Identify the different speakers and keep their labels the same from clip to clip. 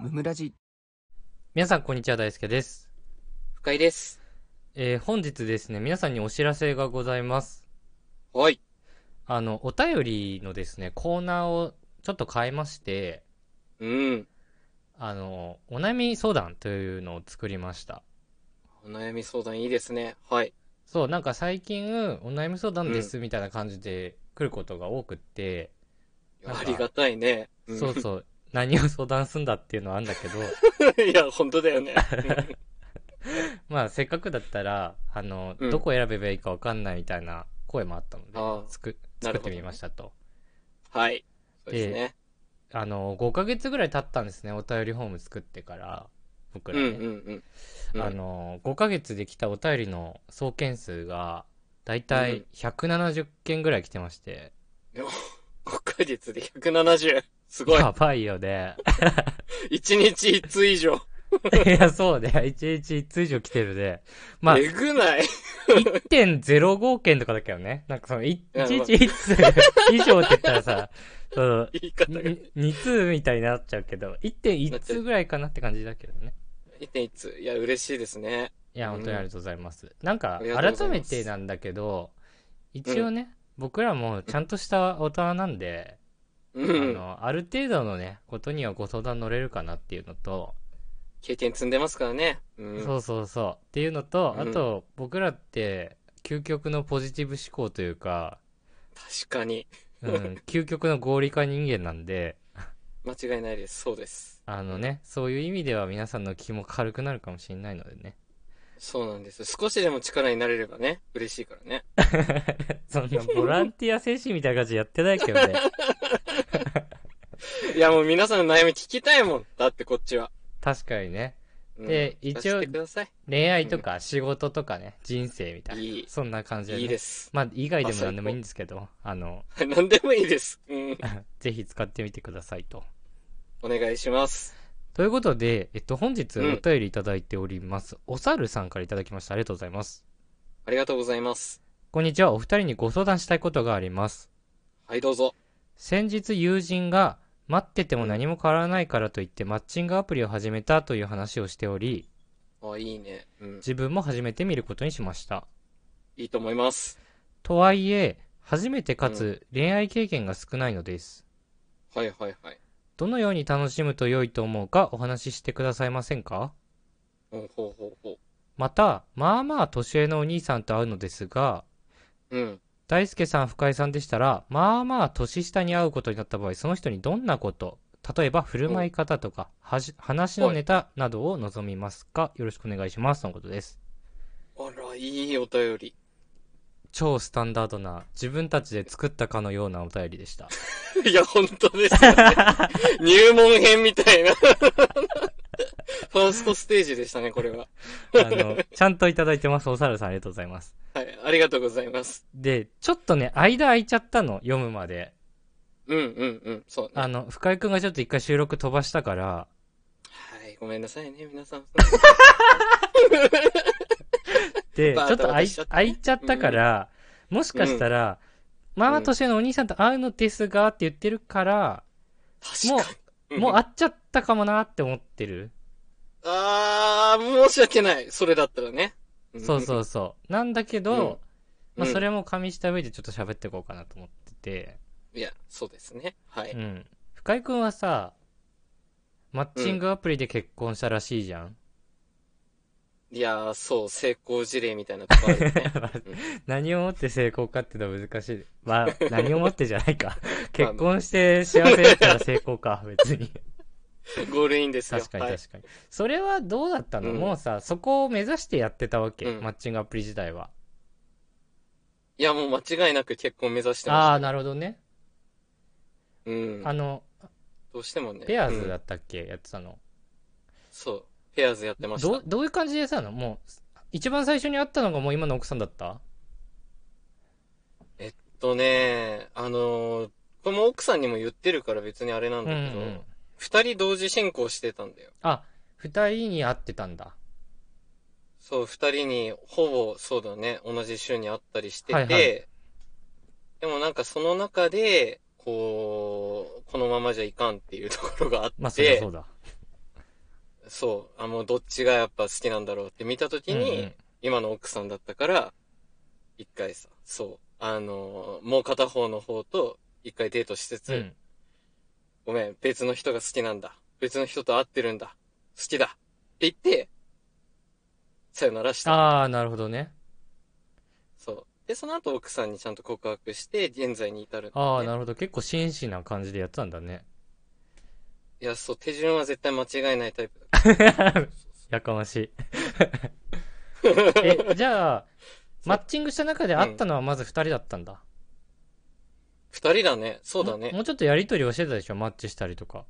Speaker 1: ムムラジ
Speaker 2: 皆さん、こんにちは。大輔です。
Speaker 3: 深井です。
Speaker 2: えー本日ですね、皆さんにお知らせがございます。
Speaker 3: はい。
Speaker 2: あの、お便りのですね、コーナーをちょっと変えまして、
Speaker 3: うん。
Speaker 2: あの、お悩み相談というのを作りました。
Speaker 3: お悩み相談いいですね。はい。
Speaker 2: そう、なんか最近、お悩み相談ですみたいな感じで来ることが多くって、なんか
Speaker 3: ありがたいね。ん
Speaker 2: そう そう、何を相談すんだっていうのはあるんだけど、
Speaker 3: いや、本当だよね。
Speaker 2: まあ、せっかくだったら、あの、
Speaker 3: うん
Speaker 2: どこ選べばいいかわかんないみたいな声もあったので、
Speaker 3: ああ
Speaker 2: つく
Speaker 3: な
Speaker 2: 作っ
Speaker 3: るほど
Speaker 2: て
Speaker 3: ね
Speaker 2: みましたと。
Speaker 3: はい。そうですね。
Speaker 2: あの、5ヶ月ぐらい経ったんですね。お便りフォーム作ってから、僕
Speaker 3: う
Speaker 2: ら
Speaker 3: ん
Speaker 2: ね。
Speaker 3: うんうん。うん
Speaker 2: あの、5ヶ月で来たお便りの総件数が、だいた
Speaker 3: う
Speaker 2: い
Speaker 3: ん
Speaker 2: 170件ぐらい来てまして、
Speaker 3: 5ヶ月で170。すごい。
Speaker 2: やばいよね。
Speaker 3: 1日1通以上。
Speaker 2: いや、そうね。1日1通以上来てるで。まあ、
Speaker 3: えぐない。
Speaker 2: 1.05件とかだけどね。なんかその、い
Speaker 3: や
Speaker 2: 1日1通以上って言ったら さ、その、
Speaker 3: 言い方が。
Speaker 2: 2通みたいになっちゃうけど、1.1通ぐらいかなって感じだけどね。
Speaker 3: 1.1通。いや、嬉しいですね。
Speaker 2: いや、
Speaker 3: うん
Speaker 2: 本当にありがとうございます。なんか
Speaker 3: ありがとうご、ざ
Speaker 2: 改
Speaker 3: い
Speaker 2: め
Speaker 3: ます
Speaker 2: てなんだけど、一応ね、僕らもちゃんとした大人なんで、
Speaker 3: う
Speaker 2: あ
Speaker 3: ん。
Speaker 2: の、ある程度のね、ことにはご相談乗れるかなっていうのと、
Speaker 3: 経験積んでますからね。うん。
Speaker 2: そうそうそう、っていうのと、あ
Speaker 3: うん
Speaker 2: と、僕らって、究極のポジティブ思考というか、
Speaker 3: 確かに。
Speaker 2: うん、究極の合理化人間なんで、
Speaker 3: 間違いないです。そうです。
Speaker 2: あのね、そういう意味では皆さんの気も軽くなるかもしれないのでね。
Speaker 3: そうなんです。少しでも力になれればね、嬉しいからね。
Speaker 2: そんなボランティア精神みたいな感じでやってないけ どね。
Speaker 3: いや、もう皆さんの悩み聞きたいもん。だってこっちは。
Speaker 2: 確かにね。
Speaker 3: うん
Speaker 2: で一応
Speaker 3: 出してください。
Speaker 2: 恋愛とか仕事とかね、人生みたいな。
Speaker 3: いい
Speaker 2: そんな感じで、ね。
Speaker 3: いいです。
Speaker 2: まあ、以外でも何でもいいんですけど、あの、
Speaker 3: 何でもいいです。 うん。
Speaker 2: ぜひ使ってみてくださいと。
Speaker 3: お願いします。
Speaker 2: ということで、えっと、本日お
Speaker 3: うん
Speaker 2: 便りいただいております。おさるさんからいただきました。ありがとうございます。
Speaker 3: ありがとうございます。
Speaker 2: こんにちは。お二人にご相談したいことがあります。
Speaker 3: はい、どうぞ。
Speaker 2: 先日友人が、待ってても何も変わらないからといってマッチングアプリを始めたという話をしており、
Speaker 3: あ、いいね。うん。
Speaker 2: 自分も始めてみることにしました。
Speaker 3: いいと思います。
Speaker 2: とはいえ、初めてかつ恋愛経験が少ないのです。
Speaker 3: はいはいはい。
Speaker 2: どのように楽しむと良いと思うかお話ししてくださいませんか
Speaker 3: ほうほうほうほ
Speaker 2: また、まあまあ年上のお兄さんと会うのですが、
Speaker 3: う。うん。
Speaker 2: 大輔さん、深井さんでしたら、まあまあ年下に会うことになった場合、その人にどんなこと、例えば振る舞い方とか、はじ話のネタなどを望みますかよろしくお願いします。とのことです。
Speaker 3: あら、いいお便り。
Speaker 2: 超スタンダードな、自分たちで作ったかのようなお便りでした。
Speaker 3: いや、本当です よね。入門編みたいな。フ ァーストステージでしたね、これは。
Speaker 2: あの、ちゃんといただいてます。おさるさん、ありがとうございます。
Speaker 3: はい、ありがとうございます。
Speaker 2: で、ちょっとね、間空いちゃったの、読むまで。
Speaker 3: うんうんうん、そうね。
Speaker 2: あの、深井くんがちょっと一回収録飛ばしたから、
Speaker 3: はい、ごめんなさいね、皆 さん。
Speaker 2: で、ちょ
Speaker 3: バ
Speaker 2: っ
Speaker 3: タ
Speaker 2: と
Speaker 3: バ
Speaker 2: あ
Speaker 3: タ
Speaker 2: い
Speaker 3: しちゃって
Speaker 2: 空いちゃったから、もしかしたら、ママとしてのお兄さんと会うのですがって言ってるから、も
Speaker 3: 確か
Speaker 2: う、
Speaker 3: に。
Speaker 2: もう会
Speaker 3: あ、
Speaker 2: っちゃったかもなって思ってる。
Speaker 3: あー、申し訳ない。それだったらね。
Speaker 2: そう
Speaker 3: うん。
Speaker 2: そうそう。なんだけど、
Speaker 3: うん
Speaker 2: まあそれも加味した上でちょっと喋っていこうかなと思ってて、
Speaker 3: いや、そうですね。は
Speaker 2: う
Speaker 3: い。
Speaker 2: ん。深井くんはさ、マッチングアプリで結婚したらしいじゃん。
Speaker 3: いやー、そう、成功事例みたいなとこあるよ ね。
Speaker 2: 何をもって成功かっていうのは難しい。 まあ、何をもってじゃないか。結婚して幸せだったら成功か、別 に。
Speaker 3: ゴールインですよ。
Speaker 2: 確かに
Speaker 3: はい
Speaker 2: 確かに。それはどうだったの、
Speaker 3: うん
Speaker 2: もうさ、そこを目指してやってたわけ、
Speaker 3: うん
Speaker 2: マッチングアプリ自体は。
Speaker 3: いや、もう間違いなく結婚目指してま
Speaker 2: ああ、なるほどね。
Speaker 3: す。うん
Speaker 2: あ。の、
Speaker 3: どうしてもね。
Speaker 2: ペアーズだ
Speaker 3: うん
Speaker 2: ったっけ、やってたの。
Speaker 3: そう。ペアーズやってまし
Speaker 2: ど
Speaker 3: た
Speaker 2: う。どういう感じでさのもう、一番最初に会ったのがもう今の奥さんだった
Speaker 3: とね、あのー、これも奥さんにも言ってるから別にあれな
Speaker 2: うんん、う
Speaker 3: だけ
Speaker 2: ん
Speaker 3: ど、。二人同時進行してたんだよ。
Speaker 2: あ、二人に会ってたんだ。
Speaker 3: そう、二人にほぼそうだね、同じ週に会ったりして
Speaker 2: はいは
Speaker 3: て、でもなんかその中で、こう、このままじゃいかんっていうところがあって、
Speaker 2: まあ、そりゃそうだ。
Speaker 3: そう、あ、もうどっちがやっぱ好きなんだろうって見たときに、
Speaker 2: うんうん
Speaker 3: 今の奥さんだったから、一回さ、そう、あのーもう片方の方と一回デートしつつ、
Speaker 2: うん。
Speaker 3: ごめん、別の人が好きなんだ。別の人と会ってるんだ。好きだ。って言って、さよならした。
Speaker 2: ああ、なるほどね。
Speaker 3: そう。で、その後奥さんにちゃんと告白して、現在に至るんだよね
Speaker 2: ああ、なるほど。結構真摯な感じでやってたんだ ね。
Speaker 3: いや、そう、手順は絶対間違えないタイプだ。
Speaker 2: やかまし い。え、じゃあ、マッチングした中で会ったのはまず2人だったんだ。
Speaker 3: 二人だね。そうだ
Speaker 2: も
Speaker 3: ね。
Speaker 2: もうちょっとやりとりをしてたでしょマッチしたりとか。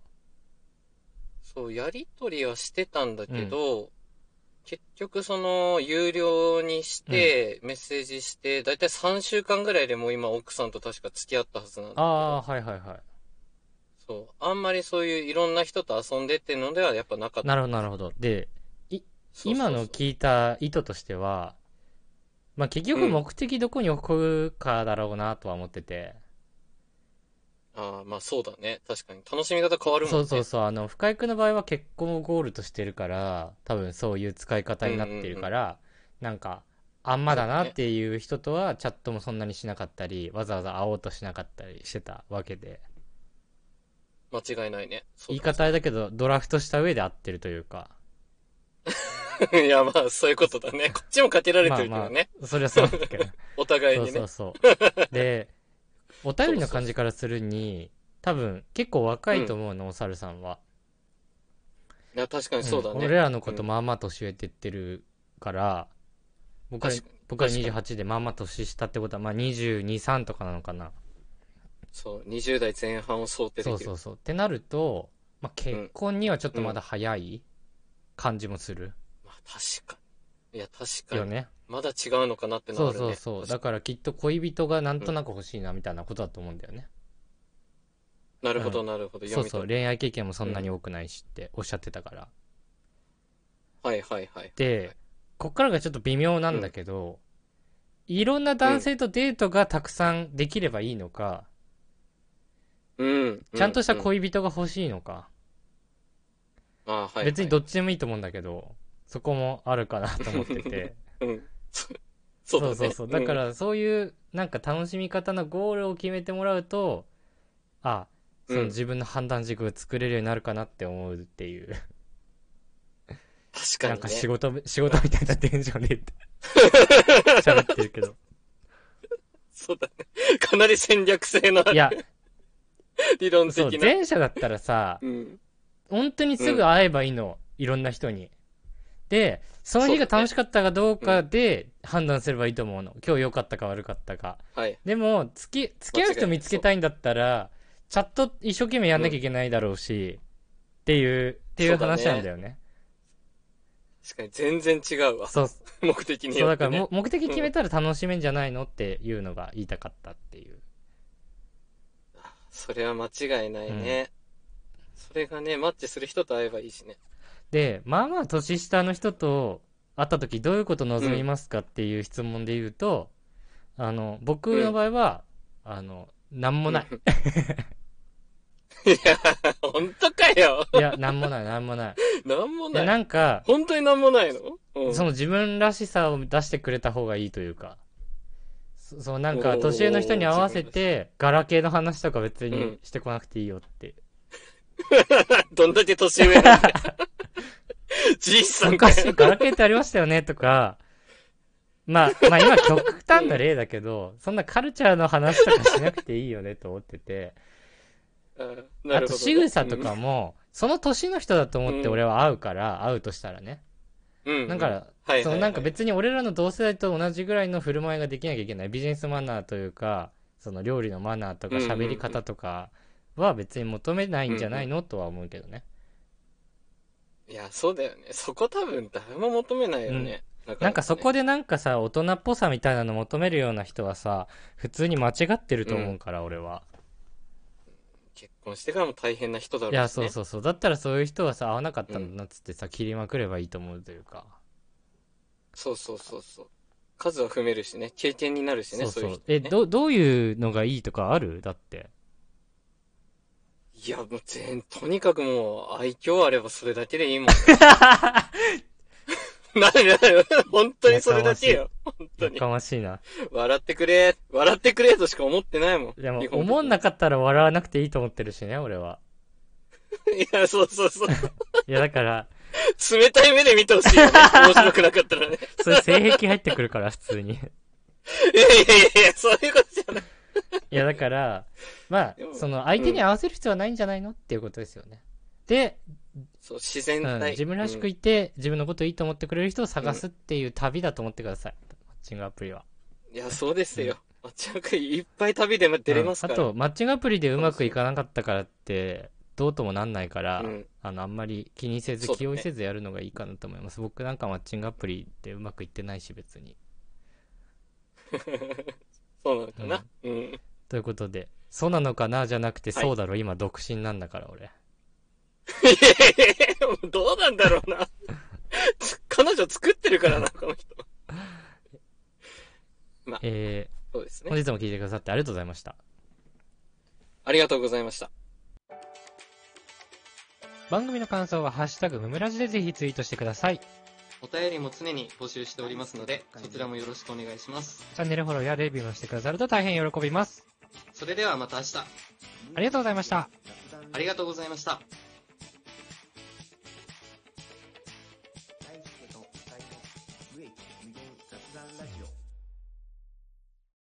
Speaker 3: そう、やりとりはしてたんだけど、結局その、有料にして、メッセージして、だいたい3週間ぐらいでもう今奥さんと確か付き合ったはずなんだけど。
Speaker 2: ああ、はいはいは
Speaker 3: そう。あんまりそういういろんな人と遊んでっていうのではやっぱなかっ
Speaker 2: い。な
Speaker 3: た。
Speaker 2: るほどなるほど。で、
Speaker 3: そうそうそう
Speaker 2: 今の聞いた意図としては、まあ結局
Speaker 3: うん
Speaker 2: 目的どこに置くかだろうなとは思ってて。
Speaker 3: ああ、まあそうだね。確かに。楽しみ方変わるもん
Speaker 2: そ
Speaker 3: ね。
Speaker 2: うそうそう、あの、深井君の場合は結婚をゴールとしてるから、多分そういう使い方になってるから、なんか、あんまだなっていう人とはチャットもそんなにしなかったり、わざわざ会おうとしなかったりしてたわけで、
Speaker 3: 間違いないね。そう
Speaker 2: 言い
Speaker 3: だ
Speaker 2: 方あれだけど、ドラフトした上で会ってるというか、
Speaker 3: いや、まあそういうこ とだね。こっちもかけられてるけどね。
Speaker 2: そりゃそうだけ ど、
Speaker 3: お互い
Speaker 2: そう
Speaker 3: にね。
Speaker 2: そうそう。で、お便りの感じからするに、多分結構若いと思うの、お猿さんは。
Speaker 3: いや、確かにそうだね。
Speaker 2: ん俺らのことまあまあ年上って言ってるから、僕は
Speaker 3: 確か
Speaker 2: 僕は
Speaker 3: 確かに
Speaker 2: 28でまあまあ年下ってことはまあ22、3とかなのかな。
Speaker 3: そう、20代前半を想定で
Speaker 2: そう
Speaker 3: きる。
Speaker 2: そうそう。ってなると、まあ、結婚にはちょっとまだ早い感じもする
Speaker 3: まあ確かに。いや、確かに。
Speaker 2: よね。
Speaker 3: まだ違うのかなってな
Speaker 2: そ
Speaker 3: るね。
Speaker 2: うそうそう。だ
Speaker 3: 確か
Speaker 2: からきっと恋人がなんとなく欲しいなみたいなことだと思うんだよね。
Speaker 3: になるほど、なるほど。
Speaker 2: そ
Speaker 3: 読
Speaker 2: う
Speaker 3: み
Speaker 2: そう。
Speaker 3: 取
Speaker 2: 恋愛経験もそんなに多くないしっておっしゃってたから。
Speaker 3: はいはいはい。
Speaker 2: で、こっからがちょっと微妙なんだけど、いろんな男性とデートがたくさんできればいいのか、
Speaker 3: うん。
Speaker 2: ちゃんとした
Speaker 3: う
Speaker 2: 恋人が欲しいのか、
Speaker 3: んあーはい。
Speaker 2: 別にどっちでもいいと思うんだけどそこもあるかなと思ってて
Speaker 3: うん。 そうだね。
Speaker 2: そうそうだからそういうなんか楽しみ方のゴールを決めてもらうとあその
Speaker 3: うん
Speaker 2: 自分の判断軸を作れるようになるかなって思うっていう、
Speaker 3: 確か
Speaker 2: な
Speaker 3: に、ね。
Speaker 2: んか仕事仕事みたいなテンショ ンで言って喋ってるけど
Speaker 3: そうだね。 かなり戦略性のあ
Speaker 2: い
Speaker 3: る
Speaker 2: や
Speaker 3: 理論
Speaker 2: そう
Speaker 3: 的な。
Speaker 2: 前者だったらさ
Speaker 3: うん。
Speaker 2: 本当にすぐ会えばいいの、いろんな人に。で、その日が楽しかったかどうかで判断すればいいと思うの。今日良かったか悪かったか。
Speaker 3: はい。
Speaker 2: でも、付き、付き合う人見つけたいんだったら、チャット一生懸命やんなきゃいけないだろうし、っていう、っていう
Speaker 3: そうだね
Speaker 2: 話なんだよね。
Speaker 3: 確かに全然違うわ。
Speaker 2: そう,、そう
Speaker 3: 目的によ
Speaker 2: だ
Speaker 3: っ
Speaker 2: か
Speaker 3: て、
Speaker 2: ら
Speaker 3: ね。
Speaker 2: も目的決めたら楽しめんじゃないのっていうのが言いたかったっていう。
Speaker 3: それは間違いないね。それがね、マッチする人と会えばいいしね。
Speaker 2: で、まあまあ年下の人と会った時どういうこと望みますかっていう質問で言うと、あの、僕の場合は、あの、なんもない。
Speaker 3: いや、本当かよ。
Speaker 2: いや、なんもない、なんもない。
Speaker 3: なんも
Speaker 2: で、
Speaker 3: ない。
Speaker 2: なんか、
Speaker 3: 本当になんもないのうん。
Speaker 2: その自分らしさを出してくれた方がいいというか、そそう、なんか
Speaker 3: おー
Speaker 2: 年上の人に合わせ
Speaker 3: 自分
Speaker 2: て、ガラケーの話とか別
Speaker 3: う
Speaker 2: に
Speaker 3: ん
Speaker 2: してこなくていいよって。
Speaker 3: どんだけ年上なん だよ。じいさんか
Speaker 2: 昔、
Speaker 3: よ。
Speaker 2: ガラケーってありましたよねとか、まあ、まあ今極端な例だけど、そんなカルチャーの話とかしなくていいよねと思ってて、
Speaker 3: あな
Speaker 2: あ
Speaker 3: るほどね
Speaker 2: と仕草とかも、その年の人だと思って俺は会うから、会うとしたらね。
Speaker 3: うん、うん
Speaker 2: だから、
Speaker 3: はいはいはい
Speaker 2: そのなんか別に俺らの同世代と同じぐらいの振る舞いができなきゃいけないビジネスマナーというかその料理のマナーとか
Speaker 3: うんうんうん
Speaker 2: 喋り方とかは別に求めないんじゃないのとは思うけどね、
Speaker 3: いや、そうだよね。そこ多分誰も求めないよね。な
Speaker 2: なんかそこでなんかさ大人っぽさみたいなの求めるような人はさ普通に間違ってると思うから、俺は
Speaker 3: 結婚してからも大変な人だろうし、
Speaker 2: い
Speaker 3: ね。
Speaker 2: やそうそうそうだったらそういう人はさ合わなかったんだなっつってさ切りまくればいいと思うというか、
Speaker 3: そうそうそうそう。数は踏めるしね。経験になるしね。
Speaker 2: そう
Speaker 3: そう
Speaker 2: そう
Speaker 3: いう人ね
Speaker 2: えどどういうのがいいとかあるだって
Speaker 3: いや、もう全、とにかくもう、愛嬌あればそれだけでいいもん。 なになに本当にそれだけよ。本当
Speaker 2: や
Speaker 3: に。
Speaker 2: かましいな。
Speaker 3: 笑ってくれ、笑ってくれとしか思ってないもん。
Speaker 2: でも
Speaker 3: 日、本
Speaker 2: 思んなかったら笑わなくていいと思ってるしね、俺は。
Speaker 3: いや、そうそうそう。
Speaker 2: いや、だから、
Speaker 3: 冷たい目で見てほしいよね。面白くなかったらね。
Speaker 2: それ性癖入ってくるから、普通に。
Speaker 3: いやいやいやいや、そういうことじゃない。
Speaker 2: いや、だから、まあ
Speaker 3: で、も
Speaker 2: その、相手に合わせる必要はないんじゃないのっていうことですよね。で、
Speaker 3: そう、自然
Speaker 2: うん
Speaker 3: 体。
Speaker 2: 自分らしく
Speaker 3: うん
Speaker 2: いて、自分のこといいと思ってくれる人を探すっていう旅だと思ってください。マッチングアプリは。
Speaker 3: いや、そうですよ。マッチングアプリいっぱい旅で出れますから。
Speaker 2: うんあと、マッチングアプリでうまくいかなかったからって、どうともなんないから、
Speaker 3: うん
Speaker 2: あの、あんまり気にせず、
Speaker 3: そうだね
Speaker 2: 気負いせずやるのがいいかなと思います。僕なんかマッチングアプリでうまくいってないし、別に。
Speaker 3: そうなのかな。うん。
Speaker 2: ということで、そうなのかなじゃなくて、
Speaker 3: はい
Speaker 2: そうだろ、今独身なんだから、俺。
Speaker 3: いやいやいやもう どうなんだろうな。つ彼女作ってるからな、この人。
Speaker 2: え
Speaker 3: そうです
Speaker 2: ー、
Speaker 3: ね。
Speaker 2: 本日も聞いてくださってありがとうございました。
Speaker 3: ありがとうございました。
Speaker 2: 番組の感想は、ハッシュタグ、ムムラジでぜひツイートしてください。チ
Speaker 3: お便りも常に募集しておりますので、そちらもよろしくお願いします。
Speaker 2: ャンネルフォローやレビューもしてくださると大変喜びます。
Speaker 3: それではまた明日、
Speaker 2: ありがとうございました。
Speaker 3: ありがとうございました。